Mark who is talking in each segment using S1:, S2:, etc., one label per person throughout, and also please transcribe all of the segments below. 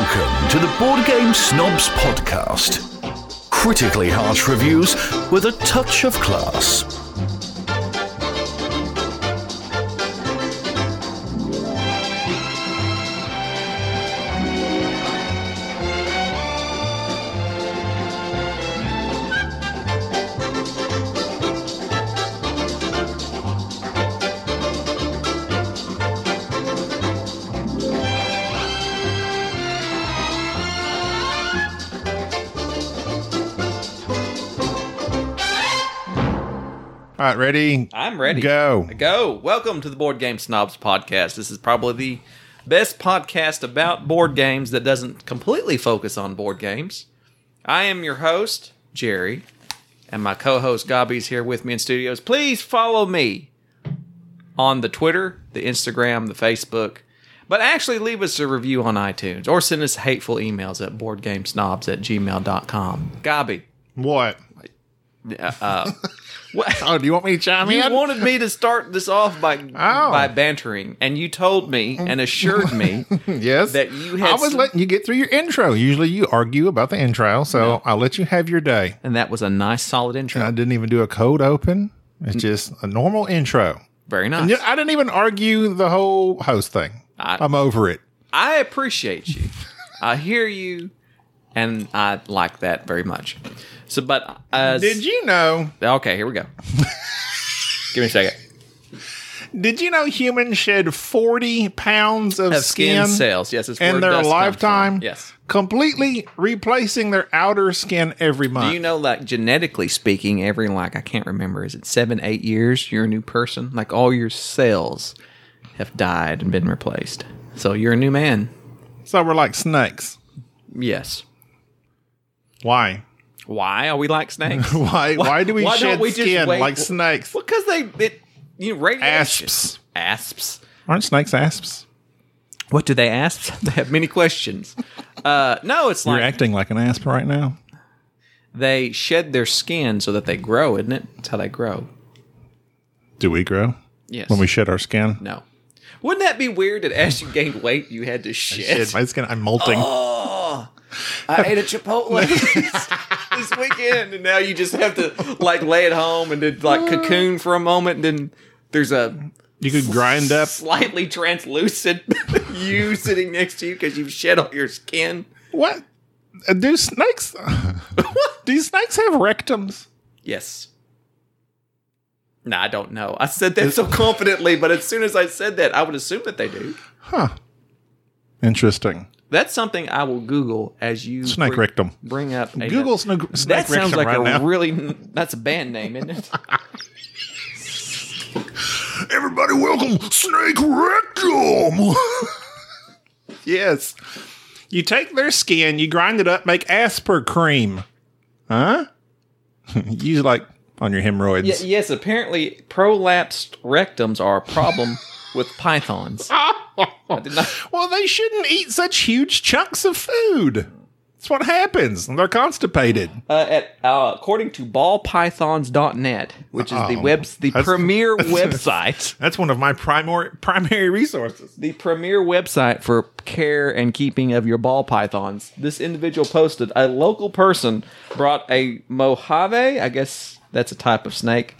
S1: Welcome to the Board Game Snobs podcast. Critically harsh reviews with a touch of class.
S2: All right, ready?
S3: I'm ready.
S2: Go.
S3: Go. Welcome to the Board Game Snobs podcast. This is probably the best podcast about board games that doesn't completely focus on board games. I am your host, Jerry, and my co host, Gobby's here with me in studios. Please follow me on the Twitter, the Instagram, the Facebook, but actually leave us a review on iTunes or send us hateful emails at boardgamesnobs at gmail.com. Gobby.
S2: What?
S3: Uh, uh, what?
S2: Oh, do you want me to chime
S3: You
S2: in?
S3: wanted me to start this off by
S2: Oh.
S3: by bantering, and you told me and assured me
S2: yes.
S3: that you
S2: I
S3: had
S2: was
S3: some-
S2: letting you get through your intro. Usually you argue about the intro, so I'll let you have your day.
S3: and that was a nice, solid intro.
S2: I didn't even do a code open. It's
S3: Mm.
S2: just a normal intro.
S3: Very nice.
S2: And yet I didn't even argue the whole host thing.
S3: I-
S2: I'm over it.
S3: I appreciate you. I hear you, and I like that very much. So, but as
S2: Did you know?
S3: okay, here we go. Give me a second.
S2: Did you know humans shed 40 pounds of,
S3: Of skin, cells, yes, it's where
S2: in their
S3: dust comes from.
S2: lifetime?
S3: Yes.
S2: Completely replacing their outer skin every month.
S3: Do you know, like genetically speaking, every like I can't remember, is it seven, eight years? You're a new person. Like all your cells have died and been replaced. So you're a new man.
S2: so we're like snakes.
S3: Yes.
S2: Why?
S3: Why are we like snakes?
S2: Why? Why, do we
S3: why don't
S2: shed
S3: we just
S2: skin
S3: wait-
S2: like snakes?
S3: because they it you know, radiation.
S2: Asps.
S3: Asps.
S2: Aren't snakes asps?
S3: What do they ask? They have many questions. Uh, no, it's
S2: You're
S3: like
S2: acting like an asp right now.
S3: they shed their skin so that they grow, isn't it? That's how they grow.
S2: Do we grow
S3: Yes.
S2: when we shed our skin?
S3: no. Wouldn't that be weird that as you gained weight, you had to shed?
S2: Shed my skin. I'm molting.
S3: Oh, I ate a Chipotle this weekend, and now you just have to like lay at home and then like cocoon for a moment, and then there's a
S2: You could grind up.
S3: slightly translucent you sitting next to you because you've shed all your skin.
S2: What? Uh, Do snakes? do snakes have rectums?
S3: Yes. No, I don't know. I said that so confidently, but as soon as I said that, I would assume that they do.
S2: Interesting.
S3: That's something I will Google as you
S2: Snake
S3: bring,
S2: rectum.
S3: Bring up a,
S2: Google sna- snake
S3: That sounds
S2: rectum
S3: like
S2: right
S3: a
S2: now.
S3: really that's a band name, isn't it?
S2: Everybody, welcome snake rectum. yes. You take their skin, you grind it up, make asper cream. Huh? Use like on your hemorrhoids.
S3: Y- yes, apparently prolapsed rectums are a problem with pythons. I did not-
S2: Well, they shouldn't eat such huge chunks of food. That's what happens. They're constipated.
S3: uh, at, uh, according to ballpythons.net, which is the
S2: Oh,
S3: webs the
S2: that's-
S3: premier website,
S2: That's one of my primary primary resources.
S3: the premier website for care and keeping of your ball pythons. This individual posted a local person brought a mojave, I guess that's a type of snake.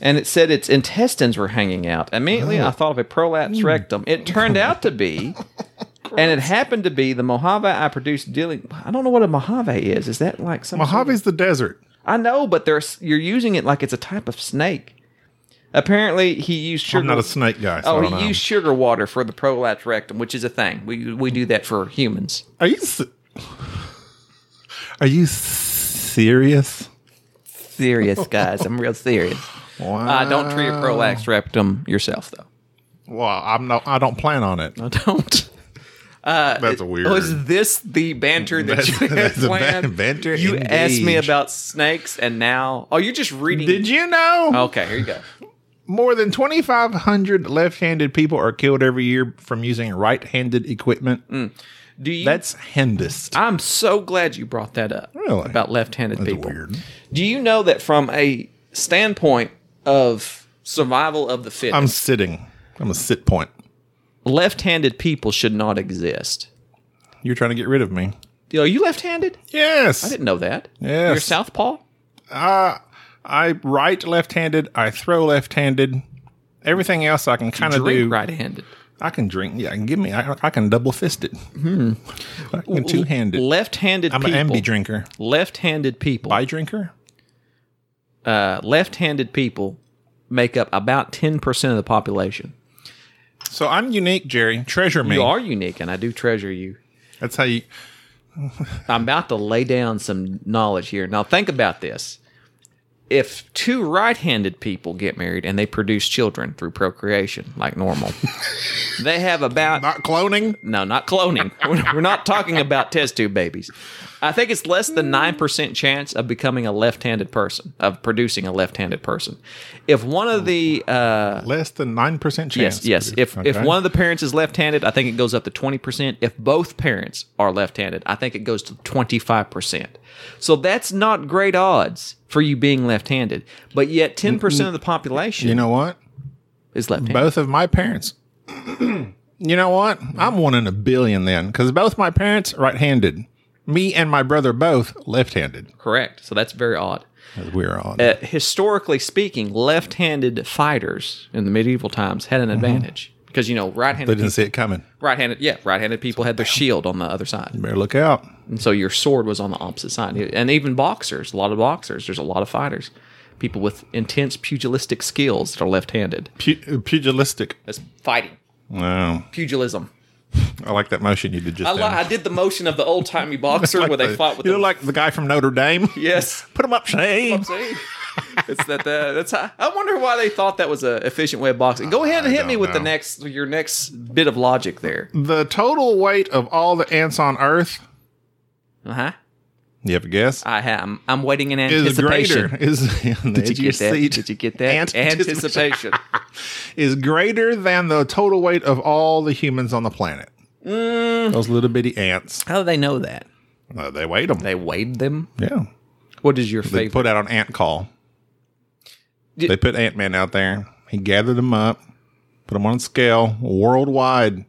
S3: And it said its intestines were hanging out. Immediately,
S2: Oh.
S3: I thought of a prolapsed
S2: Hmm.
S3: rectum. It turned out to be And it happened to be the Mojave I produced dealing. I don't know what a Mojave is. Is that like some? sort of-
S2: Mojave's the desert.
S3: I know, but there's you're using it like it's a type of snake. Apparently, he used sugar.
S2: I'm not a snake guy. So
S3: Oh,
S2: I
S3: he
S2: don't know.
S3: used sugar water for the prolapse rectum, which is a thing. We we do that for humans.
S2: Are you se- Are you serious?
S3: Serious guys, I'm real serious.
S2: Wow.
S3: Uh, don't treat a prolapse rectum yourself though.
S2: Well, I'm not. I don't plan on it.
S3: I don't.
S2: That's a weird.
S3: Uh, Was Oh, this the banter that
S2: That's-
S3: you had
S2: that's a ban-
S3: planned?
S2: banter
S3: You asked me
S2: engaged.
S3: about snakes, and now oh, you're just reading.
S2: Did you know
S3: Okay, here you go.
S2: more than 2,500 left-handed people are killed every year from using right-handed equipment?
S3: Mm. Do you
S2: That's handist.
S3: I'm so glad you brought that up.
S2: Really?
S3: About left-handed
S2: That's
S3: people.
S2: weird.
S3: Do you know that from a standpoint of survival of the
S2: I'm
S3: fittest,
S2: sitting. I'm a sit point.
S3: left-handed people should not exist.
S2: You're trying to get rid of me.
S3: Are you left-handed? I
S2: Yes.
S3: didn't know that.
S2: Yes.
S3: You're southpaw.
S2: I write left handed. I throw left handed. Everything else I can kind of
S3: Drink
S2: do.
S3: right-handed.
S2: I can drink. Yeah, I can give me. I, I can double fist it. I can two handed.
S3: Left-handed
S2: I'm an
S3: Hmm. people.
S2: ambi drinker.
S3: Left-handed people.
S2: Bi drinker?
S3: Uh, left-handed people make up about 10% of the population.
S2: So I'm unique, Jerry. Treasure me.
S3: You are unique, and I do treasure you.
S2: That's how you.
S3: I'm about to lay down some knowledge here. Now, think about this. If two right handed people get married and they produce children through procreation, like normal, they have about.
S2: Not cloning?
S3: no, not cloning. We're- We're not talking about test tube babies. I think it's less than 9% chance of becoming a left handed person, of producing a left handed person. If one of the. Uh,
S2: Less than 9% chance.
S3: Yes, yes. If if
S2: Okay.
S3: one of the parents is left-handed, I think it goes up to twenty percent. If both parents are left-handed, I think it goes to twenty-five percent. So that's not great odds for you being left-handed, but yet ten percent of the population
S2: You know what?
S3: is left-handed.
S2: Both of my parents. you know what? I'm one in a billion then, because both my parents right handed. Me and my brother both left handed.
S3: Correct. So that's very odd.
S2: We're on.
S3: Uh, historically speaking, left-handed fighters in the medieval times had an advantage because you know
S2: Mm-hmm. they
S3: right-handed,
S2: didn't see it coming.
S3: right-handed, yeah, right-handed people had their shield on the other side.
S2: You better look out.
S3: And so your sword was on the opposite side. And even boxers, a lot of boxers, there's a lot of fighters, people with intense pugilistic skills that are left handed.
S2: Pu- uh, pugilistic.
S3: That's fighting,
S2: Wow.
S3: pugilism.
S2: I like that motion you did just
S3: I,
S2: then.
S3: li- I did the motion of the old timey boxer
S2: Like
S3: where they
S2: the-
S3: fought with
S2: you
S3: the.
S2: look like the guy from Notre Dame.
S3: yes.
S2: Put him up, Shane.
S3: See? it's that, that that's how, I wonder why they thought that was a efficient way of boxing. Go ahead and hit
S2: don't
S3: me with the
S2: know.
S3: next your next bit of logic there.
S2: The total weight of all the ants on Earth.
S3: Uh huh.
S2: You have a guess?
S3: I have. I'm, I'm waiting in
S2: is
S3: Uh, anticipation.
S2: greater is did
S3: Did you get that? Did you get that? Anticipation.
S2: is greater than the total weight of all the humans on the planet.
S3: Mm.
S2: Those little bitty ants,
S3: How do they know that?
S2: Uh, they weighed them.
S3: They weighed them.
S2: yeah,
S3: What is your
S2: they
S3: favorite?
S2: put out an ant call.
S3: Did-
S2: they put Ant Man out there. He gathered them up, put them on a scale worldwide.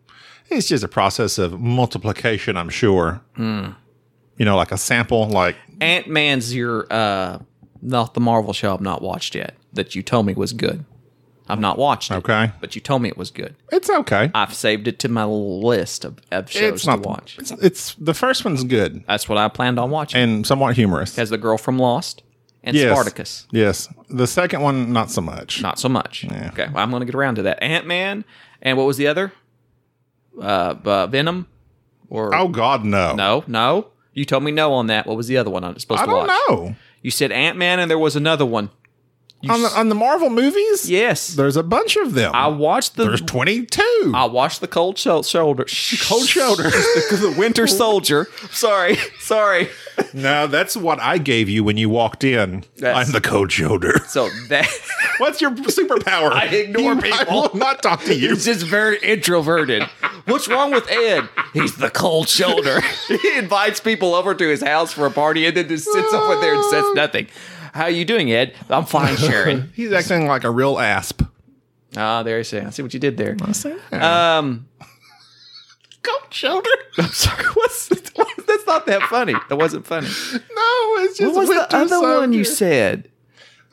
S2: It's just a process of multiplication, I'm sure.
S3: Hmm.
S2: You know, like a sample, like
S3: Ant Man's your uh not the Marvel show I've not watched yet that you told me was good. I've not watched it.
S2: Okay.
S3: But you told me it was good.
S2: it's okay.
S3: I've saved it to my list of, of shows
S2: it's not
S3: to watch.
S2: It's, it's the first one's good
S3: That's what I planned on watching.
S2: and somewhat humorous.
S3: Has the girl from Lost and
S2: Yes.
S3: Spartacus.
S2: Yes. The second one, not so much.
S3: Not so much. Okay, well, I'm going to get around to that. Ant Man and what was the other? Uh, uh Venom or
S2: Oh God, no.
S3: no, no. You told me no on that. What was the other one I'm supposed
S2: I
S3: to
S2: don't
S3: watch?
S2: know.
S3: You said Ant Man and there was another one. You
S2: On the,
S3: s-
S2: on the Marvel movies,
S3: yes.
S2: there's a bunch of them.
S3: I watched the
S2: there's 22.
S3: I watched the cold Shou- shoulder
S2: Cold shoulder.
S3: the Winter Soldier. Sorry, sorry.
S2: no, that's what I gave you when you walked in.
S3: That's-
S2: I'm the cold shoulder.
S3: So that
S2: What's your superpower? I
S3: ignore
S2: you, I
S3: people.
S2: will not talk to you.
S3: it's just very introverted. What's wrong with Ed? He's the cold shoulder. he invites people over to his house for a party and then just sits over there and says nothing. How you doing, Ed? I'm fine, Sharon.
S2: He's acting like a real asp.
S3: Ah, there you see. I see what you did there.
S2: Uh,
S3: Um,
S2: cold shoulder?
S3: I'm sorry. What's that's not that funny. That wasn't funny.
S2: No, it's just
S3: What was the
S2: Winter
S3: other one you
S2: Soldier.
S3: said?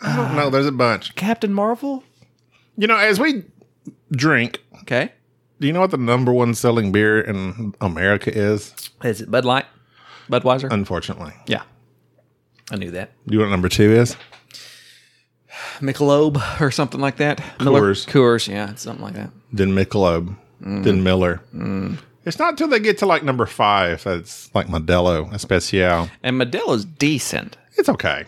S2: I don't know. There's a bunch.
S3: Captain Marvel.
S2: You know, as we drink,
S3: Okay.
S2: do you know what the number one selling beer in America is?
S3: Is it Bud Light? Budweiser?
S2: Unfortunately.
S3: yeah. I knew that.
S2: Do you know what number two is?
S3: Michelob or something like that. Miller-
S2: Coors.
S3: Coors, yeah, it's something like that.
S2: Then Michelob. Then Miller. Mm. It's not till they get to like number five that's like Modelo Especial.
S3: And Modelo's decent,
S2: It's okay.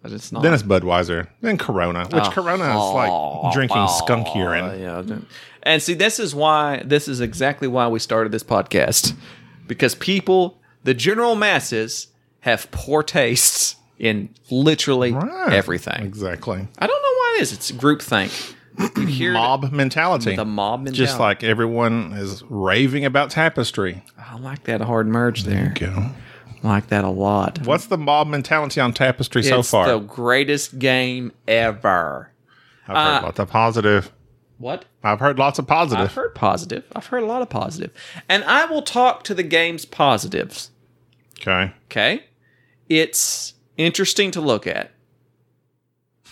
S3: but it's not.
S2: Then it's Budweiser. Then Corona, which Corona is
S3: Oh,
S2: like drinking
S3: oh,
S2: skunk urine.
S3: yeah. I don't- And see, this is why, this is exactly why we started this podcast. Because people, the general masses, have poor tastes in literally
S2: Right.
S3: everything.
S2: Exactly.
S3: I don't know why it is. It's groupthink. You hear
S2: Mob mentality.
S3: the mob mentality.
S2: Just like everyone is raving about tapestry.
S3: I like that hard merge there.
S2: Go.
S3: like that a lot.
S2: What's the mob mentality on tapestry so
S3: it's
S2: far?
S3: the greatest game ever.
S2: I've heard lots of positive.
S3: What?
S2: I've heard lots of positive.
S3: uh, I've heard positive. I've heard a lot of positive. And I will talk to the game's positives.
S2: Okay.
S3: Okay? It's interesting to look at.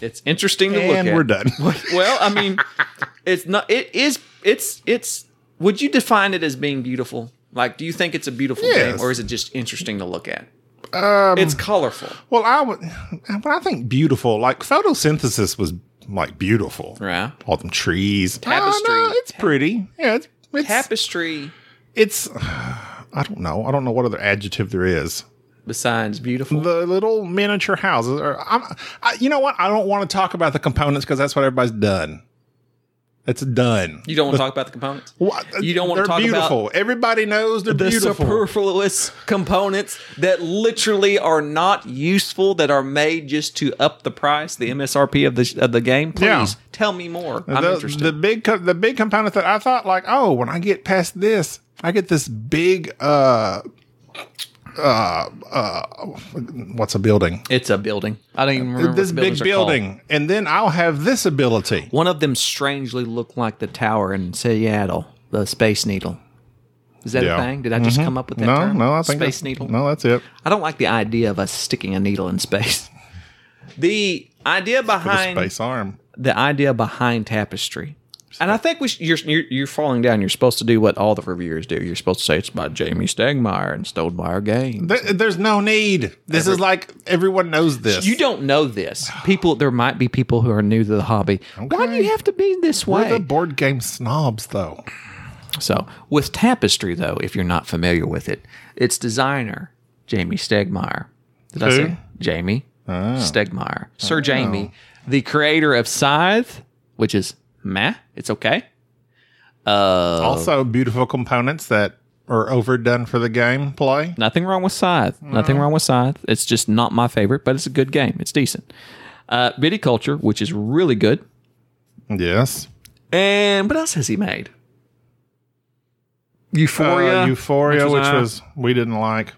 S3: It's interesting to look at.
S2: And we're done.
S3: well, I mean, it's not. It is. It's. It's. Would you define it as being beautiful? Like, do you think it's a beautiful
S2: Yes.
S3: game, or is it just interesting to look at?
S2: Um,
S3: It's colorful,
S2: well, I would. When I think beautiful, like photosynthesis was like beautiful.
S3: right?
S2: All them trees.
S3: Tapestry.
S2: Oh, no, it's pretty. Yeah. It's. It's,
S3: Tapestry
S2: it's. I don't know. I don't know what other adjective there is.
S3: besides beautiful.
S2: The little miniature houses. Are, I'm, I, you know what? I don't want to talk about the components because that's what everybody's done. It's done.
S3: you don't want to talk about the components.
S2: What?
S3: You don't want
S2: They're
S3: to talk about
S2: beautiful. Everybody knows they're
S3: the
S2: beautiful.
S3: superfluous components that literally are not useful that are made just to up the price, the MSRP of the of the game. Please
S2: Yeah.
S3: tell me more. I'm
S2: the,
S3: interested.
S2: the big co- the big component that I thought like, oh, when I get past this, I get this big uh uh uh what's a building?
S3: it's a building. I don't even remember
S2: this
S3: what the
S2: big
S3: buildings are called.
S2: building. And then I'll have this ability.
S3: One of them strangely looked like the tower in Seattle, the Space Needle. Is that
S2: Yeah. Mm-hmm.
S3: a thing? Did I just come up with that
S2: No,
S3: term?
S2: no, I think
S3: Space
S2: that's-
S3: Needle.
S2: No, that's it.
S3: I don't like the idea of us sticking a needle in space. The idea behind
S2: Space arm.
S3: the idea behind tapestry. And I think we sh- you're, you're you're falling down. You're supposed to do what all the reviewers do. You're supposed to say it's by Jamie Stegmeyer and Stonemeyer Games.
S2: There, there's no need. This is like everyone knows this.
S3: You don't know this. People, there might be people who are new to the hobby. Why do
S2: Okay.
S3: you have to be this way?
S2: We're the board game snobs though.
S3: So, with tapestry, though, if you're not familiar with it, its designer, Jamie Stegmeyer. Did I
S2: Who? Oh.
S3: say Jamie Stegmeyer? Sir Jamie, the creator of Scythe, which is meh, it's okay.
S2: Also beautiful components that are overdone for the game play.
S3: Nothing wrong with Scythe. Nothing wrong with Scythe. It's just not my favorite, but it's a good game. It's decent. Uh, Viticulture, which is really good.
S2: Yes.
S3: And what else has he made?
S2: Uh,
S3: Euphoria.
S2: Euphoria, which,
S3: uh,
S2: was, we didn't like.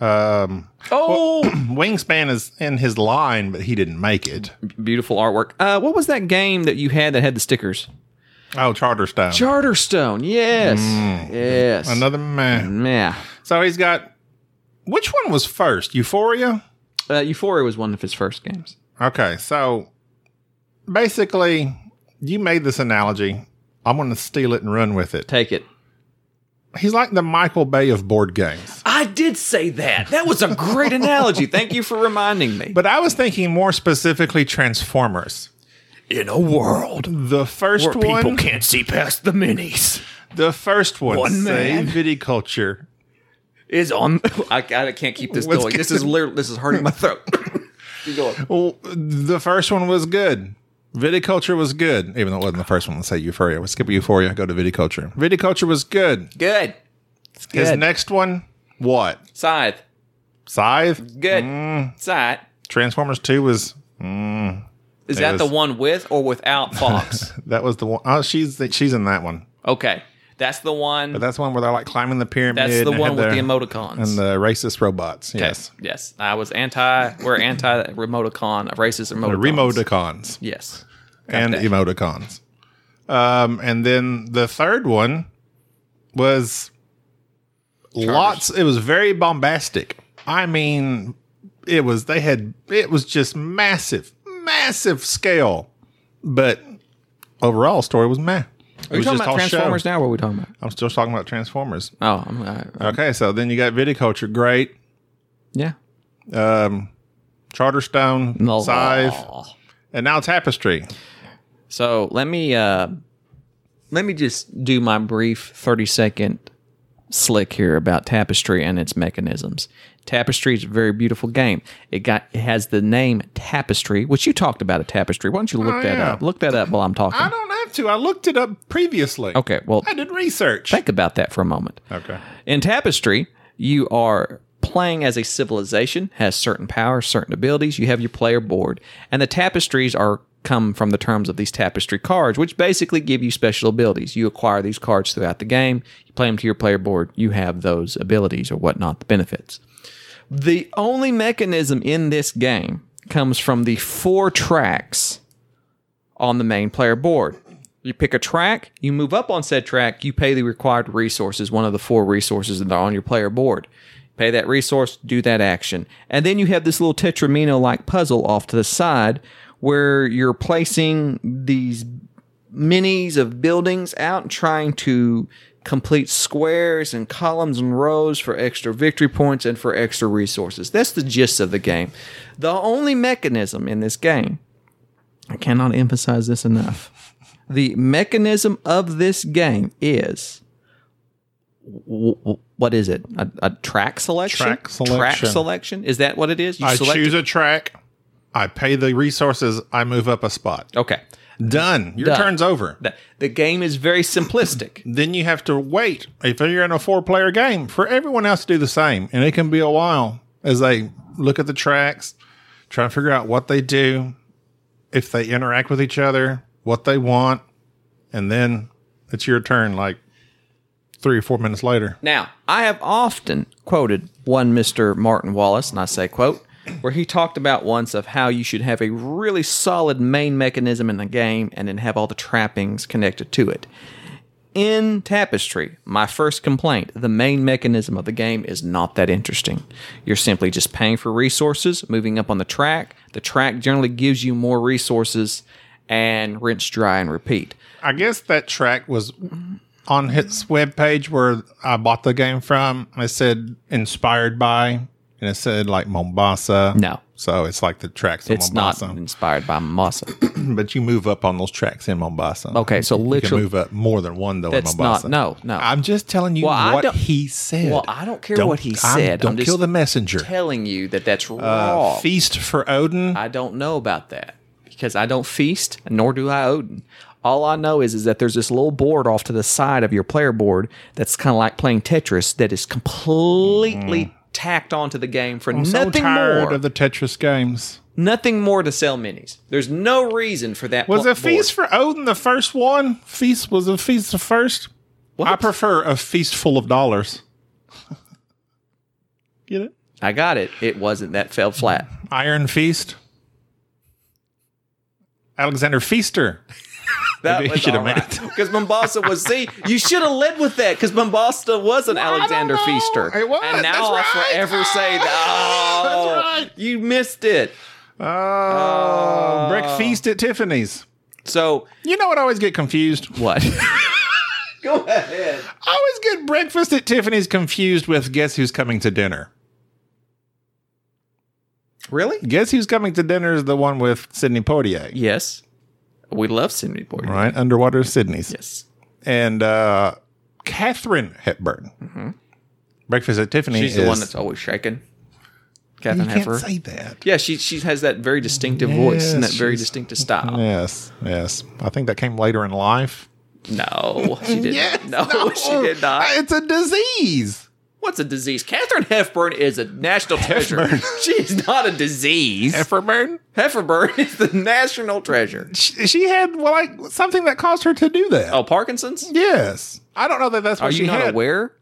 S2: Um,
S3: oh,
S2: Wingspan is in his line, but he didn't make it.
S3: beautiful artwork. Uh, what was that game that you had that had the stickers?
S2: Oh, Charterstone,
S3: Charterstone, yes, yes.
S2: Mm. another man.
S3: yeah.
S2: So he's got. Which one was first? Euphoria.
S3: Uh, Euphoria was one of his first games.
S2: Okay, so basically, you made this analogy. I'm going to steal it and run with it.
S3: Take it.
S2: He's like the Michael Bay of board games,
S1: Ah.
S3: I did say that. That was a great analogy. Thank you for reminding me.
S2: but I was thinking more specifically Transformers.
S3: in a world
S2: The first one,
S3: can't see past the minis,
S2: the first one,
S3: One
S2: say
S3: man.
S2: viticulture.
S3: is on. I, I can't keep this
S2: Let's
S3: going.
S2: get
S3: This is
S2: to-
S3: literally this is hurting my throat. Keep going.
S2: Well, the first one was good. Viticulture was good, even though it wasn't the first one. Let's say Euphoria. We'll skip Euphoria, go to Viticulture. Viticulture was good.
S3: Good.
S2: His
S3: Good.
S2: next one, what?
S3: Scythe.
S2: Scythe?
S3: Good.
S2: Mm.
S3: Scythe.
S2: Transformers 2 was,
S3: Is that
S2: was-
S3: the one with or without Fox?
S2: that was the one. Oh, she's, the, she's in that one.
S3: okay, that's the one.
S2: But that's the one where they're like climbing the pyramid.
S3: That's
S2: and
S3: the
S2: they
S3: one
S2: had
S3: with the
S2: their-
S3: emoticons.
S2: And the racist robots. Yes.
S3: Yes. I was anti, we're anti remoticon, racist
S2: The
S3: emoticons.
S2: Remoticons
S3: Yes.
S2: and
S3: that.
S2: emoticons. Um, and then the third one was lots. It was very bombastic. I mean, it was they had it was just massive, massive scale. But overall, story was meh. It
S3: Are you
S2: was
S3: talking
S2: just
S3: about
S2: all show.
S3: Transformers now? What are we talking about?
S2: I'm still talking about Transformers.
S3: Oh, I'm, I,
S2: Okay, so then you got Viticulture, great.
S3: yeah.
S2: Charterstone,
S3: No.
S2: Scythe, and now Tapestry.
S3: So let me, uh, let me just do my brief 30 second slick here about Tapestry and its mechanisms. Tapestry is a very beautiful game. It got it has the name Tapestry, which you talked about a tapestry. Why don't you look
S2: Oh,
S3: that
S2: yeah.
S3: up? Look that up while I'm talking.
S2: I don't have to. I looked it up previously.
S3: okay, well,
S2: I did research.
S3: think about that for a moment.
S2: Okay.
S3: In Tapestry, you are playing as a civilization, has certain powers, certain abilities. You have your player board, and the tapestries are come from the terms of these tapestry cards, which basically give you special abilities. You acquire these cards throughout the game. You play them to your player board. You have those abilities or whatnot, the benefits. The only mechanism in this game comes from the four tracks on the main player board. You pick a track, you move up on said track, you pay the required resources, one of the four resources that are on your player board. Pay that resource, do that action. And then you have this little Tetramino like puzzle off to the side where you're placing these minis of buildings out and trying to complete squares and columns and rows for extra victory points and for extra resources. That's the gist of the game. The only mechanism in this game, I cannot emphasize this enough. The mechanism of this game is w- w- what is it? A, a track selection?
S2: Track selection.
S3: selection? Is that what it is? You
S2: I
S3: select-
S2: choose a track. I pay the resources. I move up a spot.
S3: Okay.
S2: Done. Your
S3: Done.
S2: turn's over.
S3: The, the game is very simplistic.
S2: Then you have to wait if you're in a four player game for everyone else to do the same. And it can be a while as they look at the tracks, try to figure out what they do, if they interact with each other, what they want. And then it's your turn like three or four minutes later.
S3: Now, I have often quoted one Mr. Martin Wallace, and I say quote, where he talked about once of how you should have a really solid main mechanism in the game and then have all the trappings connected to it. In Tapestry, my first complaint, the main mechanism of the game is not that interesting. You're simply just paying for resources, moving up on the track. The track generally gives you more resources and rinse, dry, and repeat.
S2: I guess that track was on his webpage where I bought the game from. It said inspired by, and it said like Mombasa.
S3: No.
S2: So it's like the tracks in
S3: It's
S2: Mombasa.
S3: not inspired by Masa.
S2: but you move up on those tracks in Mombasa.
S3: Okay, so
S2: You can
S3: literally,
S2: move up more than one though
S3: That's
S2: in Mombasa.
S3: not- no, no.
S2: I'm just telling you
S3: Well, I
S2: what
S3: don't-
S2: he said.
S3: Well, I don't care what he
S2: I'm-
S3: said.
S2: Don't
S3: I'm
S2: kill
S3: just
S2: the messenger.
S3: telling you that that's
S2: Uh,
S3: raw.
S2: Feast for Odin.
S3: I don't know about that because I don't feast, nor do I Odin. All I know is, is that there's this little board off to the side of your player board that's kind of like playing Tetris that is completely tacked onto the game for
S2: Mm. I'm so
S3: nothing
S2: tired
S3: more.
S2: of the Tetris games.
S3: nothing more to sell minis. There's no reason for that.
S2: Was
S3: pl-
S2: a feast for Odin the first one? Feast was a feast the first.
S3: Board.
S2: I prefer a feast full of dollars. Get it?
S3: I got it. It wasn't that fell flat.
S2: Iron Feast. Alexander Feaster.
S3: That
S2: Maybe he
S3: was
S2: should
S3: all
S2: have made
S3: right.
S2: it.
S3: Because Mombasa was, see, you should have led with that because Mombasa was an Alexander
S2: know.
S3: Feaster.
S2: It was.
S3: And now
S2: That's
S3: I'll
S2: right.
S3: forever say that. Oh,
S2: That's right.
S3: You missed it.
S2: Oh, breakfast at Tiffany's.
S3: So,
S2: You know what? I always get confused.
S3: what? Go ahead.
S2: I always get breakfast at Tiffany's confused with guess who's coming to dinner.
S3: Really?
S2: Guess who's coming to dinner is the one with Sydney Poitier,
S3: Yes. We love Sydney Boyd.
S2: right? Underwater Sydney's.
S3: Yes.
S2: And uh, Catherine Hepburn. Breakfast at Tiffany's.
S3: Mm-hmm. She's the one
S2: is-
S3: that's always shaking.
S2: You
S3: Catherine
S2: can't
S3: Heffer.
S2: say that.
S3: Yeah, she, she has that very distinctive voice and that
S2: Yes,
S3: very
S2: she's-
S3: distinctive style.
S2: Yes, yes. I think that came later in life.
S3: No, she did
S2: Yes, Uh,
S3: not. No, she did not.
S2: It's a disease.
S3: What's a disease? Catherine Hepburn is a national treasure.
S2: Hepburn.
S3: She's not a disease.
S2: Hefferburn.
S3: Hefferburn is the national treasure.
S2: She, she had well, like something that caused her to do that.
S3: Oh, Parkinson's?
S2: Yes. I don't know that that's what
S3: Are
S2: she
S3: you not
S2: had.
S3: aware?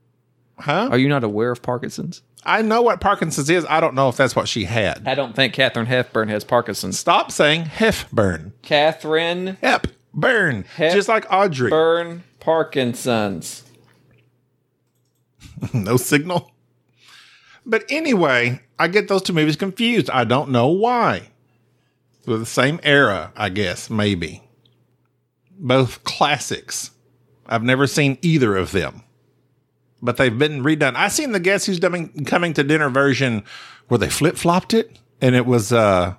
S2: Huh?
S3: Are you not aware of Parkinson's?
S2: I know what Parkinson's is. I don't know if that's what she had.
S3: I don't think Catherine Hepburn has Parkinson's.
S2: Stop saying Hefburn.
S3: Catherine
S2: Hep. Burn. Just like Audrey.
S3: Hepburn Parkinson's.
S2: no signal. But anyway, I get those two movies confused. I don't know why. They're the same era, I guess, maybe. Both classics. I've never seen either of them. But they've been redone. I seen the Guess Who's Dumbing- Coming to Dinner version where they flip flopped it. And it was, uh,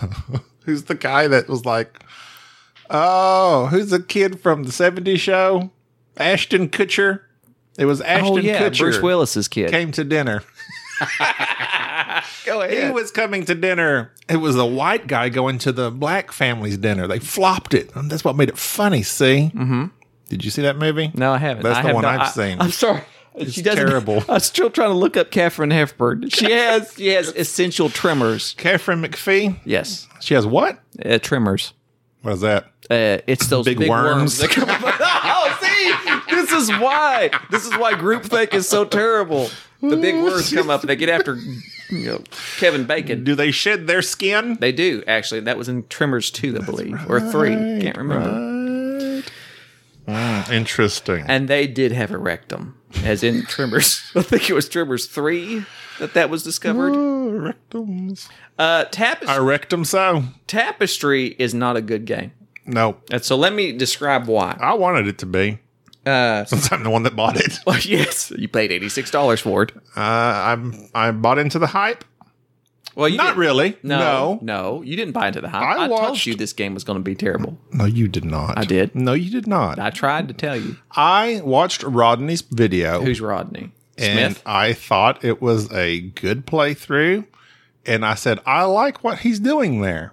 S2: who's the guy that was like, oh, who's the kid from the 70s show? Ashton Kutcher. It was Ashton
S3: Oh yeah,
S2: Kutcher
S3: Bruce Willis's kid.
S2: came to dinner.
S3: Go
S2: He was coming to dinner. It was a white guy going to the black family's dinner. They flopped it. And that's what made it funny, see? Mm-hmm. Did you see that movie?
S3: No, I haven't.
S2: That's
S3: I
S2: the
S3: have
S2: one
S3: not-
S2: I've
S3: I-
S2: seen.
S3: I'm sorry. She doesn't,
S2: terrible.
S3: I'm still trying to look up Catherine Hepburn. She has she has essential tremors.
S2: Catherine McPhee.
S3: Yes,
S2: She has what?
S3: uh, tremors.
S2: What is that?
S3: Uh, it's those
S2: Big
S3: big,
S2: worms.
S3: worms. that come up. oh, see, this is why this is why groupthink is so terrible. The big worms come up and they get after you know Kevin Bacon.
S2: Do they shed their skin?
S3: They do actually. That was in Tremors two, I believe, or three. Can't remember.
S2: Right. Ah, Interesting.
S3: and they did have a rectum, as in Tremors. I think it was Tremors three that that was discovered.
S2: Oh, rectums.
S3: Uh, tapes-
S2: I wrecked 'em so.
S3: Tapestry is not a good game,
S2: No,
S3: and so let me describe why.
S2: I wanted it to be.
S3: Uh,
S2: Since I'm the one that bought it, uh,
S3: yes, you paid eighty six dollars for it.
S2: I'm I bought into the hype.
S3: Well, you
S2: Not
S3: didn't-
S2: really.
S3: No, no, you didn't buy into the hype. I,
S2: I
S3: told
S2: watched-
S3: you this game was going to be terrible.
S2: No, you did not. I
S3: did.
S2: No, you did not.
S3: I tried to tell you.
S2: I watched Rodney's video
S3: Who's Rodney
S2: and
S3: Smith?
S2: I thought it was a good playthrough. And I said, I like what he's doing there.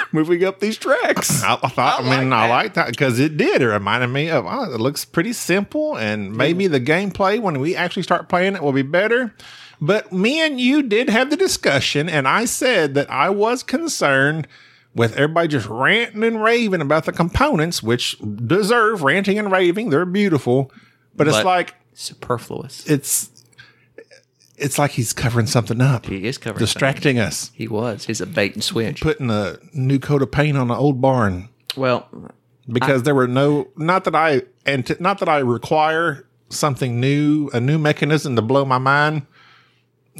S3: Moving up these tracks.
S2: I, I thought, I,
S3: like
S2: mean,
S3: that.
S2: I like that because it did. It reminded me of, oh, it looks pretty simple. And maybe the gameplay, when we actually start playing it, will be better. But me and you did have the discussion, and I said that I was concerned with everybody just ranting and raving about the components, which deserve ranting and raving. They're beautiful. But it's
S3: But-
S2: like,
S3: Superfluous.
S2: it's it's like he's covering something up,
S3: He is covering. something.
S2: distracting us,
S3: He was. He's a bait and switch.
S2: putting a new coat of paint on an old barn
S3: Well,
S2: because there were no not that I and t- not that I require something new, a new mechanism to blow my mind.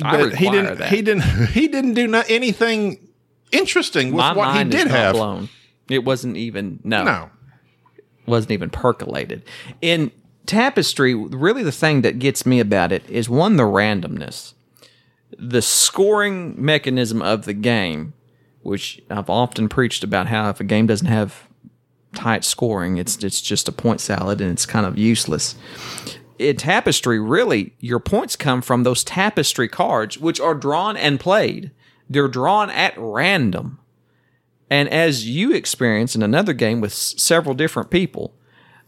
S3: I
S2: But he
S3: require
S2: didn't.
S3: that.
S2: He didn't. He didn't do no, anything interesting with
S3: my
S2: what he
S3: mind
S2: did
S3: is not
S2: have.
S3: blown. It wasn't even no,
S2: No,
S3: wasn't even percolated. In tapestry, really the thing that gets me about it is one the randomness, the scoring mechanism of the game, which I've often preached about how if a game doesn't have tight scoring, it's it's just a point salad and it's kind of useless. In tapestry, really, your points come from those tapestry cards, which are drawn and played. They're drawn at random. And as you experience in another game with s- several different people,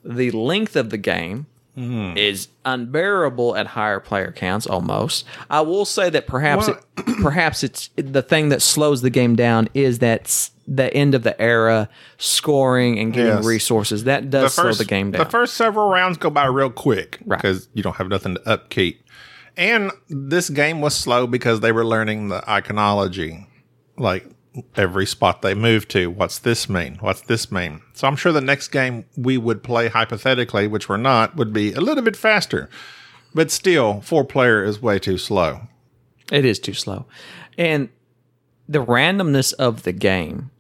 S3: the length of the game is unbearable at higher player counts almost. I will say that perhaps it, perhaps it's the thing that slows the game down is that s- the end of the era scoring and getting
S2: Yes.
S3: resources. That does slow the game down.
S2: The first several rounds go by real quick
S3: Right.
S2: because you don't have nothing to upkeep. And this game was slow because they were learning the iconology, like every spot they moved to. What's this mean? What's this mean? So I'm sure the next game we would play hypothetically, which we're not, would be a little bit faster. But still, four player is way too slow.
S3: It is too slow. And the randomness of the game,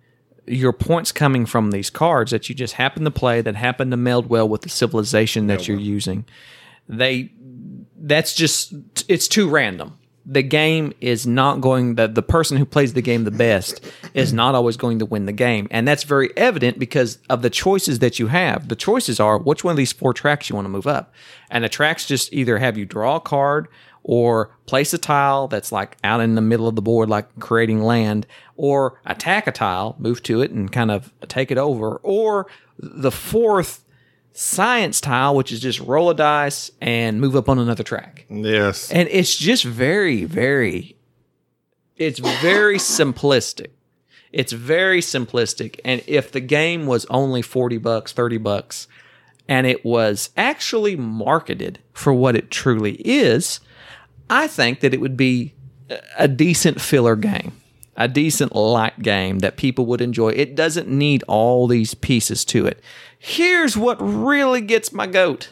S3: your points coming from these cards that you just happen to play that happen to meld well with the civilization that you're using, they that's just it's too random. The game is not going the the person who plays the game the best is not always going to win the game. And that's very evident because of the choices that you have. The choices are which one of these four tracks you want to move up. And the tracks just either have you draw a card or place a tile that's like out in the middle of the board, like creating land, or attack a tile, move to it and kind of take it over. Or the fourth science tile, which is just roll a dice and move up on another track.
S2: Yes.
S3: And it's just very, very, it's very simplistic. It's very simplistic. And if the game was only 40 bucks, 30 bucks, and it was actually marketed for what it truly is, I think that it would be a- a decent filler game, a decent light game that people would enjoy. It doesn't need all these pieces to it. Here's what really gets my goat.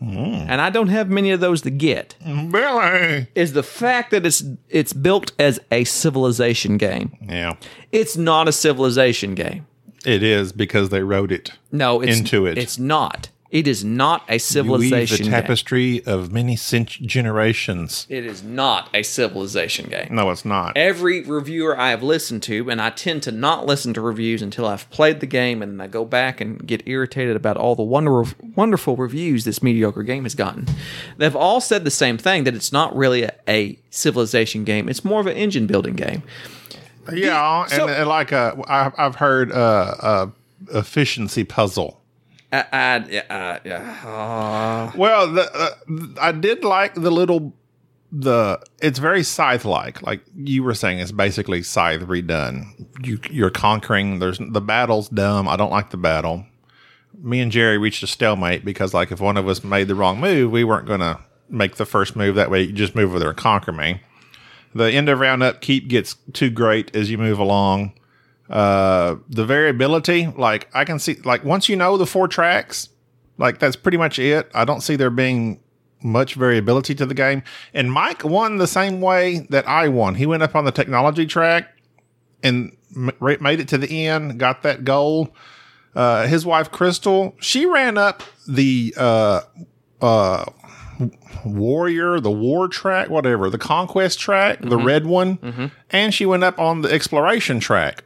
S3: And I don't have many of those to get
S2: Billy.
S3: is the fact that it's it's built as a civilization game.
S2: Yeah.
S3: It's not a civilization game.
S2: It is because they wrote it.
S3: No, it's
S2: Into it.
S3: It's not. It is not a
S2: You weave the
S3: civilization game.
S2: tapestry of many cent- generations.
S3: It is not a civilization game.
S2: No, it's not.
S3: Every reviewer I have listened to, and I tend to not listen to reviews until I've played the game, and I go back and get irritated about all the wonderful, wonderful reviews this mediocre game has gotten. They've all said the same thing that it's not really a, a civilization game. It's more of an engine building game.
S2: Yeah,
S3: So-
S2: and, and like uh, I've, I've heard uh, uh, efficiency puzzle.
S3: I, I, yeah, I, yeah.
S2: Well, the, uh, I did like the little the. It's very scythe like. Like you were saying, it's basically scythe redone. You you're conquering. There's the battle's dumb. I don't like the battle. Me and Jerry reached a stalemate because like if one of us made the wrong move, we weren't gonna make the first move. That way, you just move over there and conquer me. The end of round upkeep gets too great as you move along. Uh, the variability, like I can see, like once you know the four tracks, Like that's pretty much it. I don't see there being much variability to the game. And Mike won the same way that I won. He went up on the technology track and m- ra- made it to the end, got that goal. Uh, his wife Crystal, she ran up the uh, uh, warrior, the war track, whatever, the conquest track, the red one, and she went up on the exploration track.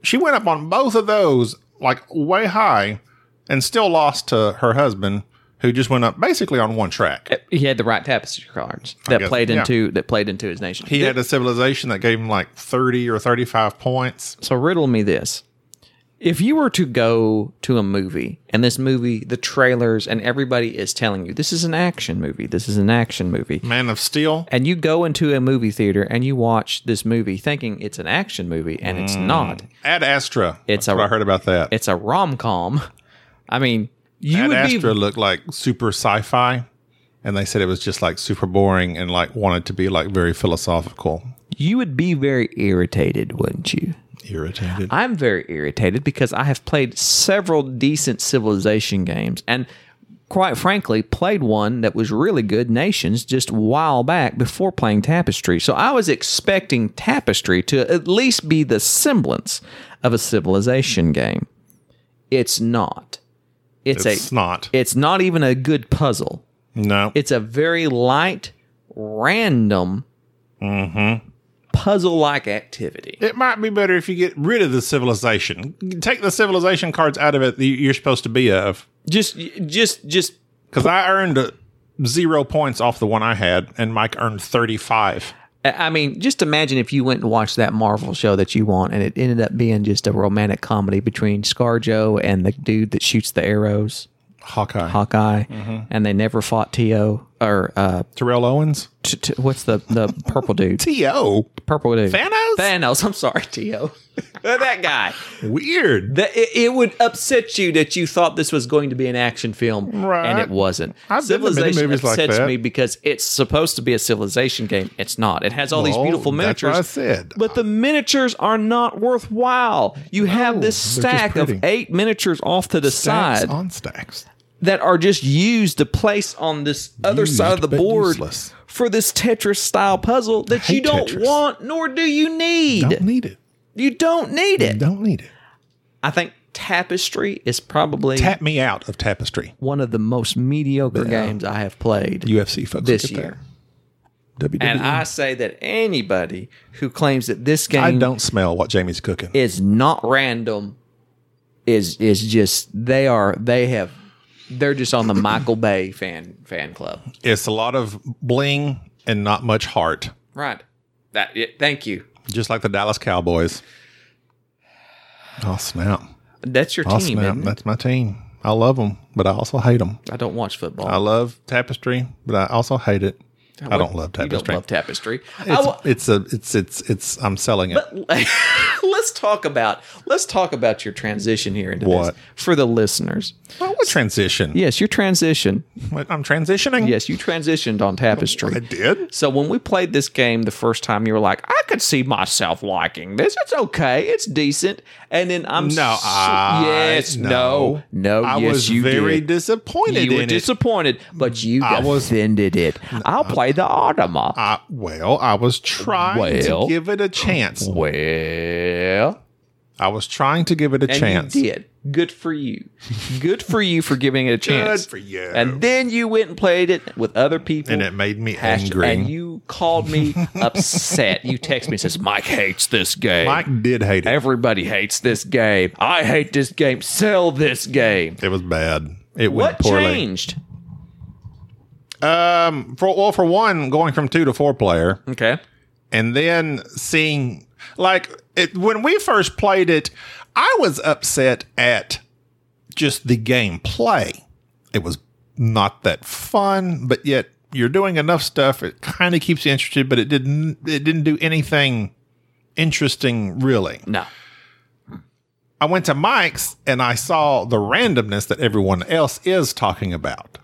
S2: She went up on both of those like way high, and still lost to her husband, who just went up basically on one track.
S3: He had the right tapestry cards that
S2: guess,
S3: played
S2: yeah.
S3: into that played into his nation.
S2: He had a civilization that gave him like thirty or thirty-five points.
S3: So riddle me this. If you were to go to a movie and this movie, the trailers and everybody is telling you this is an action movie, this is an action movie,
S2: Man of Steel.
S3: and you go into a movie theater and you watch this movie thinking it's an action movie and it's
S2: Mm.
S3: not.
S2: Ad Astra.
S3: It's
S2: That's
S3: a-
S2: what I heard about that.
S3: It's a rom com. I mean, you
S2: Ad
S3: would
S2: Astra
S3: be
S2: looked like super sci-fi, and they said it was just like super boring and like wanted to be like very philosophical.
S3: you would be very irritated, wouldn't you?
S2: Irritated.
S3: I'm very irritated because I have played several decent civilization games and quite frankly played one that was really good nations just a while back before playing tapestry so i was expecting tapestry to at least be the semblance of a civilization game it's not it's,
S2: It's
S3: a
S2: not.
S3: it's not even a good puzzle
S2: no.
S3: it's a very light random puzzle like activity
S2: It might be better if you get rid of the civilization. Take the civilization cards out of it that you're supposed to be of.
S3: just just just
S2: Because I earned uh, zero points off the one I had, and Mike earned 35.
S3: I I mean, just imagine if you went and watched that Marvel show that you want, and it ended up being just a romantic comedy between ScarJo and the dude that shoots the arrows,
S2: Hawkeye.
S3: Hawkeye, and they never fought Tio or uh,
S2: Terrell Owens.
S3: t- t- what's the the purple dude?
S2: T.O.
S3: Purple dude.
S2: Thanos?
S3: Thanos. I'm sorry, Tio. that guy.
S2: Weird.
S3: That it, it would upset you that you thought this was going to be an action film, and
S2: Right.
S3: it wasn't.
S2: I've been to many
S3: civilization
S2: movies like
S3: upsets
S2: that.
S3: me because it's supposed to be a civilization game. It's not. It has all these
S2: Well,
S3: beautiful
S2: that's what
S3: miniatures.
S2: I said.
S3: But the miniatures are not worthwhile. You have this
S2: they're just
S3: stack of
S2: pretty.
S3: eight miniatures off to the
S2: Stacks
S3: side
S2: on stacks.
S3: that are just used to place on this other
S2: Used,
S3: side of the
S2: but
S3: board
S2: useless.
S3: for this Tetris style puzzle that you
S2: hate
S3: don't
S2: Tetris.
S3: want nor do you need.
S2: Don't need it.
S3: you don't need it.
S2: Don't need it.
S3: I think Tapestry is probably
S2: Tap me out of Tapestry.
S3: one of the most mediocre games I have played
S2: UFC folks.
S3: this
S2: get
S3: year.
S2: That. E. WWE.
S3: And I say that anybody who claims that this game
S2: I don't smell what Jamie's cooking.
S3: is not random is is just they are they have they're just on the Michael Bay fan fan club.
S2: It's a lot of bling and not much heart,
S3: Right. That it, thank you.
S2: just like the Dallas Cowboys. Oh snap!
S3: That's your
S2: Oh
S3: team.
S2: snap!
S3: isn't it?
S2: That's my team. I love them, but I also hate them.
S3: I don't watch football.
S2: I love tapestry, but I also hate it. I don't love
S3: you don't
S2: tapestry.
S3: love tapestry. I
S2: it's,
S3: wa-
S2: it's a it's it's it's. I'm selling it.
S3: let's talk about let's talk about your transition here into
S2: What?
S3: this for the listeners.
S2: Oh, what transition?
S3: Yes, your transition.
S2: What, I'm transitioning.
S3: Yes, you transitioned on tapestry.
S2: I did.
S3: So when we played this game the first time, you were like, "I could see myself liking this. It's okay. It's decent." And then I'm
S2: No,
S3: s-
S2: I-
S3: yes, no, no.
S2: I
S3: Oh, yes,
S2: was
S3: you
S2: very
S3: did.
S2: disappointed
S3: You were
S2: in it.
S3: disappointed, but you
S2: I was-
S3: defended it. I'll play the Automa.
S2: I, well, I was trying
S3: Well. Oh.
S2: to give it a chance.
S3: well,
S2: I was trying to give it a
S3: and
S2: chance.
S3: you did. Good for you. Good for you for giving it a chance.
S2: for you.
S3: And then you went and played it with other people.
S2: and it made me
S3: Hashtag-
S2: angry.
S3: And you called me upset. You text me and says, Mike hates this game.
S2: Mike did hate it.
S3: Everybody hates this game. I hate this game. Sell this game.
S2: It was bad. It went
S3: What
S2: poorly.
S3: changed?
S2: Um, for well, for one, going from two to four player,
S3: Okay.
S2: and then seeing like it, when we first played it, I was upset at just the gameplay. It was not that fun, but yet you're doing enough stuff. It kind of keeps you interested, but it didn't. It didn't do anything interesting, really.
S3: No.
S2: I went to Mike's and I saw the randomness that everyone else is talking about.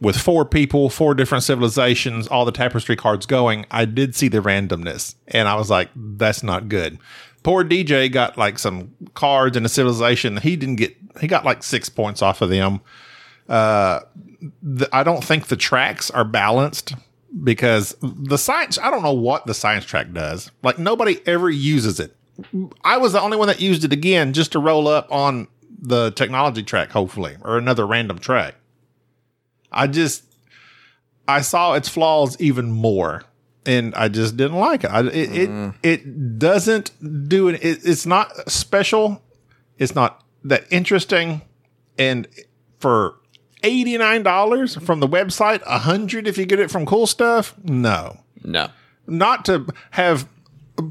S2: With four people, four different civilizations, all the tapestry cards going, I did see the randomness and I was like, that's not good. Poor DJ got like some cards in a civilization. He didn't get, he got like six points off of them. Uh, the, I don't think the tracks are balanced because the science, I don't know what the science track does. Like nobody ever uses it. I was the only one that used it again just to roll up on the technology track, hopefully, or another random track. I just, I saw its flaws even more. And I just didn't like it. I, it, it it doesn't do it. it. It's not special. It's not that interesting and for $89 from the website 100 if you get it from cool stuff no
S3: No.
S2: not to have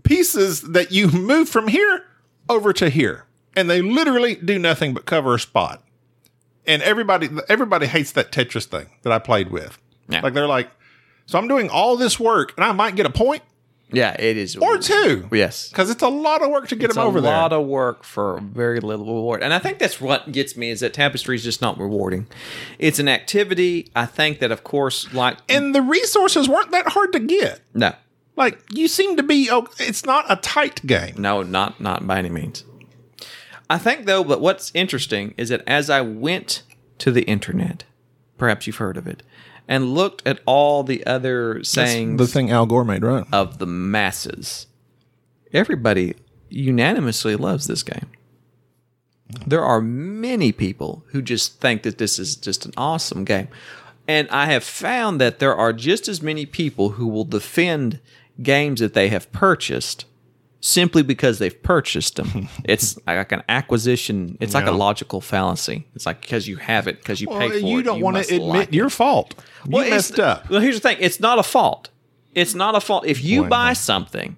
S2: pieces that you move from here over to here and they literally do nothing but cover a spot and everybody everybody hates that tetris thing that i played with
S3: Yeah.
S2: like they're like so i'm doing all this work and i might get a point
S3: Yeah, it is.
S2: or two
S3: Yes.
S2: because it's a lot of work to get
S3: It's
S2: them over
S3: a lot
S2: there
S3: of work for very little reward. And I think that's what gets me is that Tapestry is just not rewarding. It's an activity. I think that, of course, like.
S2: and the resources weren't that hard to get
S3: no.
S2: Like you seem to be. Oh, it's not a tight game.
S3: No, not not by any means. I think though, but what's interesting is that as I went to the internet, perhaps you've heard of it, and looked at all the other sayings
S2: thing Al Gore made, right?
S3: of the masses, everybody unanimously loves this game. There are many people who just think that this is just an awesome game. And I have found that there are just as many people who will defend games that they have purchased simply because they've purchased them. it's like an acquisition, it's like a
S2: Yeah.
S3: logical fallacy. It's like because you have it, because you pay
S2: Well,
S3: for it.
S2: you don't want
S3: must
S2: to admit
S3: like it.
S2: your fault.
S3: Well,
S2: you
S3: it's-
S2: messed up.
S3: Well, here's the thing: it's not a fault. It's not a fault. If you
S2: Boy,
S3: buy
S2: huh.
S3: something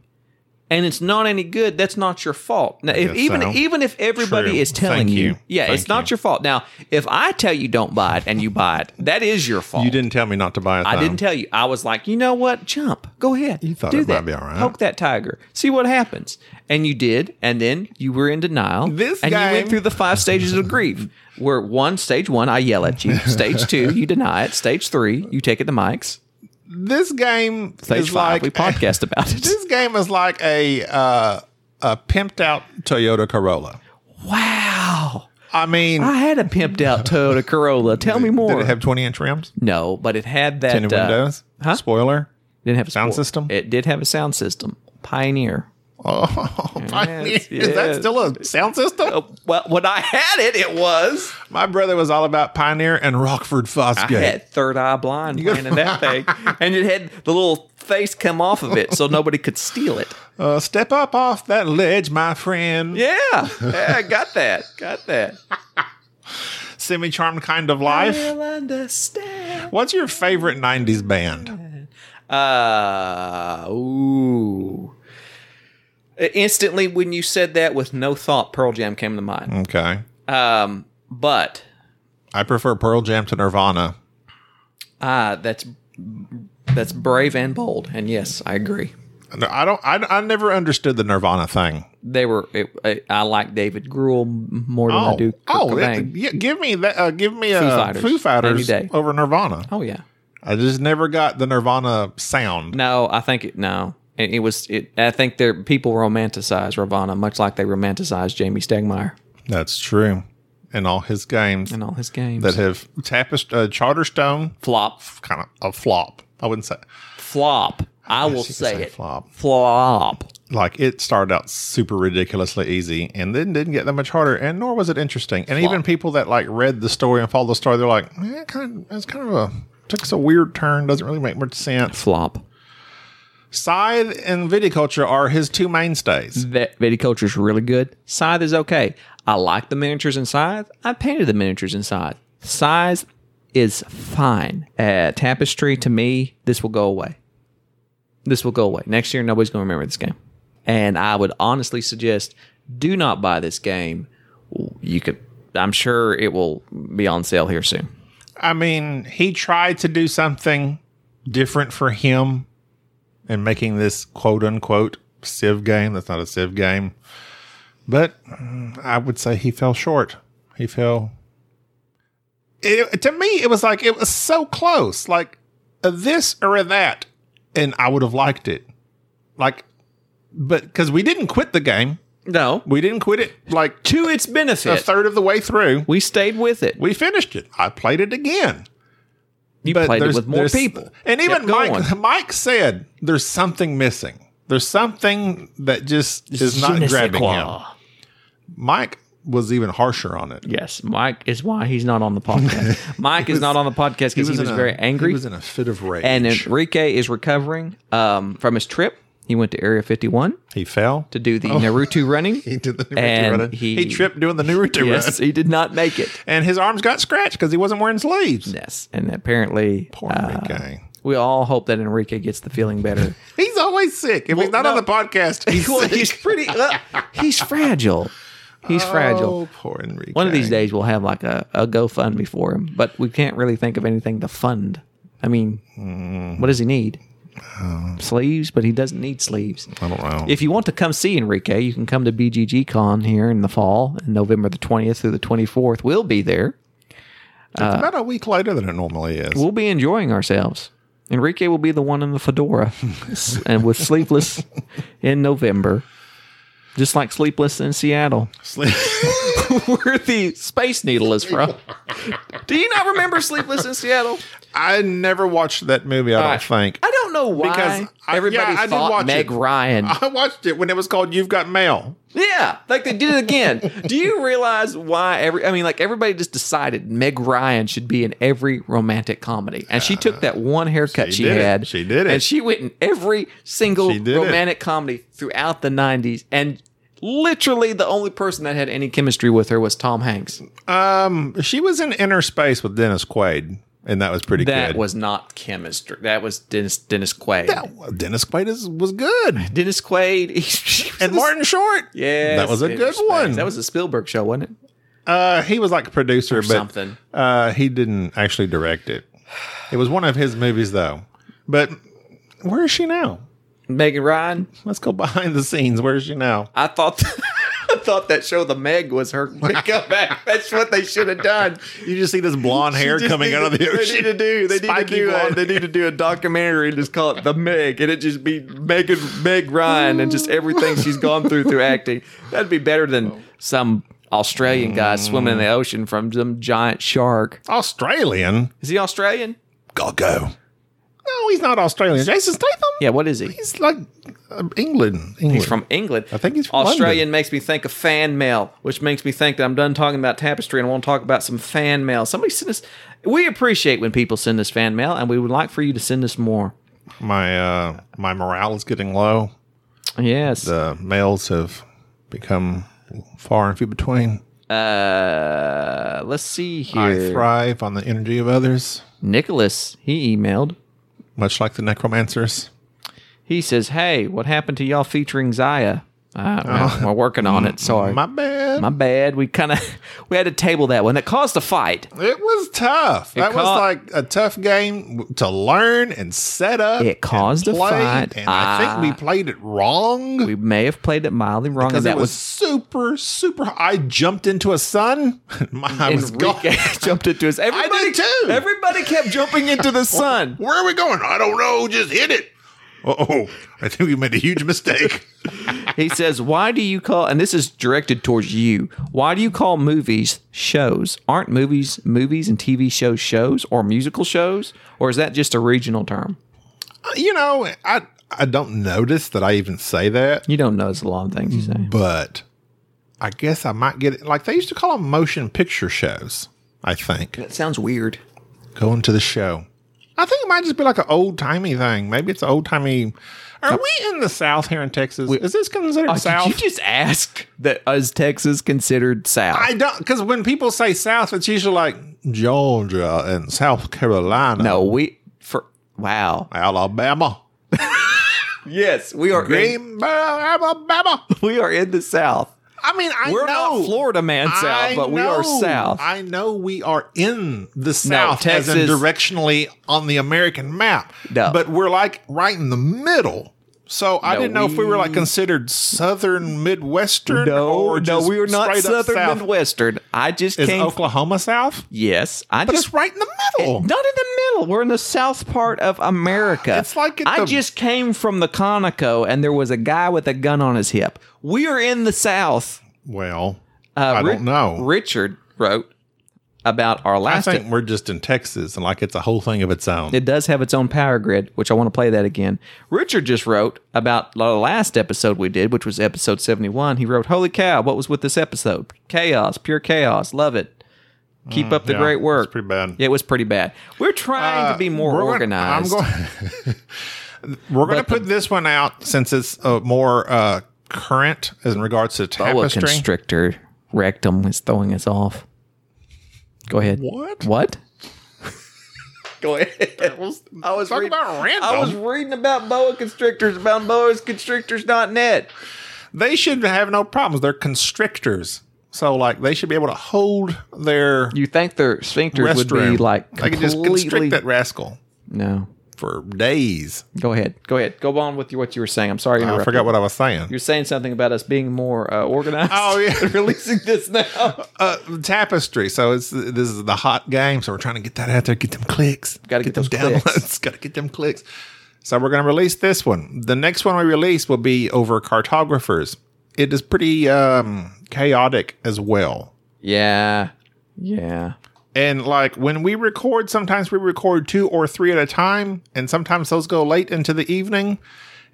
S3: and it's not any good, that's not your fault. Now, if,
S2: guess
S3: even
S2: so.
S3: even if everybody
S2: True.
S3: is telling
S2: Thank
S3: you,
S2: you.
S3: yeah, it's
S2: Thank
S3: not
S2: you.
S3: your fault. Now, if I tell you don't buy it and you buy it, that is your fault.
S2: You didn't tell me not to buy a
S3: I
S2: thing.
S3: didn't tell you. I was like, you know what? Jump. Go ahead. You
S2: thought
S3: Do
S2: it might
S3: that.
S2: be all right.
S3: Poke that tiger. See what happens. And you did. And then you were in denial.
S2: This
S3: and you went
S2: game-
S3: through the five stages of grief. Where one, stage one, I yell at you. Stage two, you deny it. Stage three, you take it to mics.
S2: This game
S3: Stage
S2: is like
S3: five, we podcast about it.
S2: this game is like a uh, a pimped out Toyota Corolla.
S3: Wow.
S2: I mean,
S3: I had a pimped out Toyota Corolla. Tell me more.
S2: did it have twenty inch rims,
S3: no, but it had that.
S2: tinted
S3: uh,
S2: windows,
S3: huh?
S2: spoiler?
S3: Didn't have a
S2: Sound
S3: sport.
S2: system?
S3: It did have a sound system. Pioneer.
S2: Oh,
S3: Yes,
S2: is that
S3: yes.
S2: still a sound system?
S3: Uh, well, when I had it, it was.
S2: My brother was all about Pioneer and Rockford Fosgate.
S3: I had third eye blind playing in that thing, and it had the little face come off of it, so nobody could steal it.
S2: Uh, step up off that ledge, my friend.
S3: Yeah, yeah, I got that, got that.
S2: Semi charmed kind of life.
S3: I'll understand.
S2: What's your favorite 90s band?
S3: Uh, ooh. Uh, Instantly, when you said that with no thought, Pearl Jam came to mind.
S2: Okay.
S3: Um, but
S2: I prefer Pearl Jam to Nirvana.
S3: ah, that's that's brave and bold, and yes, I agree.
S2: No, I don't I, I never understood the Nirvana thing.
S3: They were. It, I, I like David Gruel more than I do. Kurt
S2: oh, it-
S3: Cobain.
S2: yeah, give me that uh, give me a
S3: Fighters.
S2: Foo Fighters
S3: Any day.
S2: over Nirvana.
S3: oh yeah.
S2: I just never got the Nirvana sound.
S3: No, I think it. No, it, it was. It. I think there people romanticize Ravana much like they romanticize Jamie Stegmeyer
S2: That's true. In all his games
S3: and all his games.
S2: that have tapest uh, Charterstone
S3: flop,
S2: kind of a flop. I wouldn't say
S3: flop. I will
S2: she could
S3: say,
S2: say
S3: it.
S2: flop.
S3: Flop.
S2: like it started out super ridiculously easy and then didn't get that much harder and nor was it interesting and even people that like read the story and followed the story they're like eh, it kind of it's kind of a took us a weird turn doesn't really make much sense
S3: Flop.
S2: scythe and viticulture are his two mainstays
S3: That viticulture is really good. Scythe is okay. I like the miniatures in Scythe. I painted the miniatures in Scythe. Scythe is fine. Uh, tapestry to me, this will go away. This will go away. Next year, nobody's going to remember this game. And I would honestly suggest do not buy this game. You could, I'm sure it will be on sale here soon.
S2: i mean he tried to do something different for him in making this quote unquote civ game that's not a civ game but mm, i would say he fell short he fell it, to me it was like it was so close like a this or a that and i would have liked it like but because we didn't quit the game
S3: No,
S2: We didn't quit it like
S3: to its benefit,
S2: a third of the way through.
S3: we stayed with it.
S2: We finished it. I played it again.
S3: you played it
S2: there's-
S3: with more
S2: there's-
S3: people,
S2: And
S3: Kept
S2: even Mike,
S3: going.
S2: Mike said there's something missing. There's something that just is not
S3: Je ne sais
S2: grabbing
S3: quoi.
S2: him. Mike was even harsher on it.
S3: Yes, Mike is why he's not on the podcast. Mike is not on the podcast because he was,
S2: in a-
S3: very angry.
S2: He was in a fit of rage.
S3: and Enrique is recovering um, from his trip. He went to Area 51
S2: he fell.
S3: to do the Naruto running.
S2: he did the Naruto
S3: and
S2: run.
S3: He,
S2: He, tripped doing the Naruto
S3: Yes,
S2: run.
S3: he did not make it.
S2: And his arms got scratched because he wasn't wearing sleeves.
S3: Yes, and apparently,
S2: Poor
S3: uh,
S2: Enrique.
S3: we all hope that Enrique gets the feeling better.
S2: He's always sick. If he's not on
S3: no.
S2: the podcast, he's,
S3: well,
S2: sick.
S3: he's pretty. uh, he's fragile. He's fragile.
S2: Oh, poor Enrique.
S3: One of these days, we'll have like a, a GoFundMe for him, but we can't really think of anything to fund. I mean, what does he need? Oh. Sleeves, but he doesn't need sleeves.
S2: I don't know.
S3: If you want to come see Enrique, you can come to BGG Con here in the fall, November the 20th through the 24th. We'll be there.
S2: It's about a week later than it normally is.
S3: We'll be enjoying ourselves. Enrique will be the one in the fedora s- and with Sleepless in November, just like Sleepless in Seattle,
S2: Sleep-
S3: where the Space Needle is from. Do you not remember Sleepless in Seattle?
S2: I never watched that movie. I don't think.
S3: I don't know why
S2: Because I-
S3: everybody
S2: yeah, I did
S3: thought
S2: watch
S3: Meg
S2: it.
S3: Ryan.
S2: I watched it when it was called "You've Got Mail."
S3: Yeah, like they did it again. Do you realize why every? I mean, like everybody just decided Meg Ryan should be in every romantic comedy, and she took that one haircut
S2: she
S3: she,
S2: did it.
S3: had.
S2: She did it.
S3: and she went in every single
S2: She did it.
S3: romantic comedy throughout the '90s, and literally the only person that had any chemistry with her was Tom Hanks.
S2: Um, she was in Inner Space with Dennis Quaid, and that was pretty
S3: That
S2: good.
S3: was not chemistry. That was Dennis Dennis Quaid.
S2: That wa- Dennis Quaid is, was good,
S3: Dennis Quaid he- she was
S2: and
S3: a-
S2: Martin Short.
S3: Yes,
S2: that was a good
S3: Dennis Quaid.
S2: one.
S3: That was a Spielberg show, wasn't it?
S2: uh, he was like a producer, but
S3: something.
S2: Uh, he didn't actually direct it. It was one of his movies, though. But where is she now?
S3: Megan Ryan.
S2: Let's go behind the scenes. Where is she now?
S3: I thought I thought that show The Meg was her comeback. That's what they should have done.
S2: You just see this blonde hair
S3: Just
S2: coming
S3: need
S2: out of
S3: to-
S2: the ocean.
S3: They need to do. They need to
S2: Spiky
S3: do. A,
S2: blonde.
S3: they need to do a documentary and just call it The Meg, and it just be Megan Meg Ryan and just everything she's gone through through acting. That'd be better than some Australian guy swimming in the ocean from some giant shark.
S2: Australian.
S3: Is he Australian?
S2: Gotta go. No, he's not Australian. Jason Statham.
S3: Yeah. What is he?
S2: he's like uh, England. England.
S3: He's from England. I
S2: think he's from
S3: Australian.
S2: London.
S3: Makes me think of fan mail, which makes me think that I'm done talking about tapestry and I want to talk about some fan mail. Somebody send us. We appreciate when people send us fan mail, and we would like for you to send us more.
S2: my uh, my morale is getting low.
S3: Yes.
S2: The males have become far and few between.
S3: Uh, let's see
S2: I
S3: here.
S2: thrive on the energy of others,
S3: Nicholas. He emailed.
S2: much like the necromancers.
S3: He says, "Hey, what happened to y'all featuring Zaya? Uh, well,
S2: Oh.
S3: We're working on it. Sorry,
S2: My bad.
S3: my bad. We kind of we had to table that one. That caused a fight.
S2: it was tough. that was
S3: caught-
S2: like a tough game to learn and set up.
S3: It caused a
S2: and play,
S3: fight. Ah.
S2: and I think we played it wrong.
S3: We may have played it mildly wrong, and
S2: because
S3: that
S2: it was,
S3: was
S2: super, super. high. I jumped into a sun. My, I was gone.
S3: Enrique jumped into his. Everybody,
S2: did too.
S3: Everybody kept jumping into the sun.
S2: Where are we going? I don't know. Just hit it. Oh, I think we made a huge mistake.
S3: He says, "Why do you call?" And this is directed towards you. Why do you call movies shows? Aren't movies movies and TV shows shows or musical shows, or is that just a regional term?
S2: you know, I I don't notice that I even say that,
S3: You don't notice a lot of things you say.
S2: but I guess I might get it. Like they used to call them motion picture shows. I think
S3: That sounds weird.
S2: going to the show. I think it might just be like an old timey thing. Maybe it's old timey. Are we in the South here in Texas? Is this considered South?
S3: Uh, Did you just ask that is Texas considered South?
S2: I don't because when people say South, it's usually like Georgia and South Carolina,
S3: no, we for wow.
S2: Alabama,
S3: Yes, we are. In,
S2: Greenville, Alabama.
S3: we are in the South.
S2: I mean, I
S3: We're
S2: know
S3: not Florida man South,
S2: I
S3: but we are
S2: know.
S3: South.
S2: I know we are in the South, as in
S3: Texas-
S2: directionally on the American map.
S3: No.
S2: but we're like right in the middle. So I
S3: No,
S2: didn't know if we were like
S3: we-
S2: considered Southern Midwestern. or just
S3: we are not
S2: straight up
S3: Southern
S2: South.
S3: Midwestern. I just
S2: Is
S3: came.
S2: Oklahoma South?
S3: yes, I
S2: But
S3: just
S2: it's right in the middle.
S3: Not in the middle. We're in the south part of America.
S2: It's like at
S3: I
S2: the-
S3: just came from the Conoco, and there was a guy with a gun on his hip. We are in the south.
S2: Well,
S3: Uh,
S2: I
S3: Ri-
S2: don't know.
S3: Richard wrote about our
S2: I
S3: last.
S2: think we're just in Texas, and like it's a whole thing of its own.
S3: It does have its own power grid, which I want to play that again. Richard just wrote about the last episode we did, which was episode 71. He wrote, Holy cow, what was with this episode? Chaos, pure chaos. Love it. Keep up the
S2: Mm, yeah,
S3: great
S2: it's
S3: work.
S2: pretty bad. Uh,
S3: It was pretty bad. We're trying to be more
S2: We're gonna-
S3: organized.
S2: I'm going. we're going to put this one out since it's uh, more uh, current as in regards to
S3: boa
S2: tapestry.
S3: Oh, constrictor rectum is throwing us off. Go ahead.
S2: What?
S3: What?
S2: Go ahead. I was talking about random.
S3: I was reading about boa constrictors about boasconstrictors.net.
S2: they should have no problems. They're constrictors, so like they should be able to hold their
S3: You think their sphincters would
S2: restroom.
S3: be like
S2: they could just
S3: completely?
S2: constrict that rascal
S3: no.
S2: for days.
S3: Go ahead. Go ahead. Go on with your, what you were saying. I'm sorry. I
S2: I
S3: interrupted.
S2: forgot what I was saying.
S3: You're saying something about us being more uh, organized.
S2: Oh, yeah.
S3: They're releasing this now.
S2: uh, tapestry. So it's this is the hot game. So we're trying to get that out there, get them clicks,
S3: Gotta get those
S2: downloads,
S3: clicks.
S2: gotta get them clicks. So we're gonna release this one. The next one we release will be over cartographers. It is pretty um, chaotic as well.
S3: yeah. Yeah.
S2: And like when we record, sometimes we record two or three at a time, and sometimes those go late into the evening,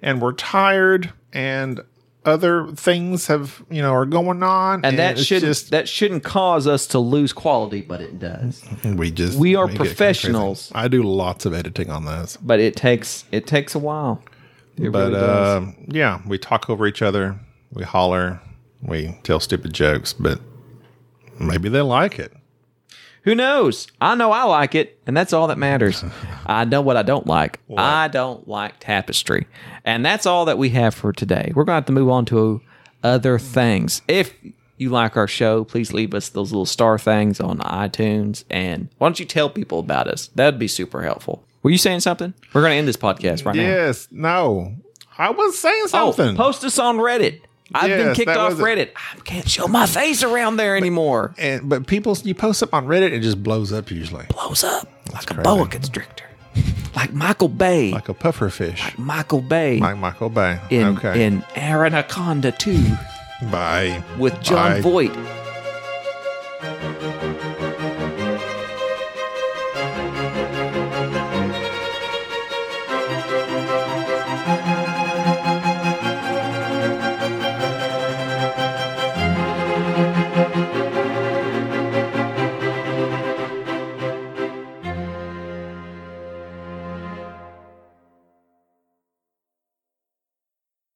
S2: and we're tired, and other things have you know are going on,
S3: And, that
S2: it's
S3: should
S2: just
S3: that shouldn't cause us to lose quality, but it does.
S2: we just
S3: we are
S2: get crazy.
S3: professionals.
S2: I do lots of editing on this.
S3: But it takes it takes a while. It
S2: But
S3: really does.
S2: uh, yeah, we talk over each other, we holler, we tell stupid jokes, but maybe they like it.
S3: Who knows? I know I like it, and that's all that matters. I know what I don't like. I don't like tapestry. And that's all that we have for today. We're going to have to move on to other things. If you like our show, please leave us those little star things on iTunes. And why don't you tell people about us? That would be super helpful. Were you saying something? We're going to end this podcast right now.
S2: Yes, no, I was saying
S3: Oh,
S2: something.
S3: post us on Reddit. I've been
S2: Yes,
S3: kicked
S2: that
S3: off
S2: was it.
S3: Reddit. I can't show my face around there anymore.
S2: and, but people, you post up on Reddit, it just blows up usually,
S3: blows up like a
S2: crazy.
S3: boa constrictor, like Michael Bay.
S2: like a pufferfish,
S3: Michael Bay
S2: like Michael Bay.
S3: in
S2: okay,
S3: in Aranaconda 2
S2: bye.
S3: with
S2: Bye.
S3: John Voight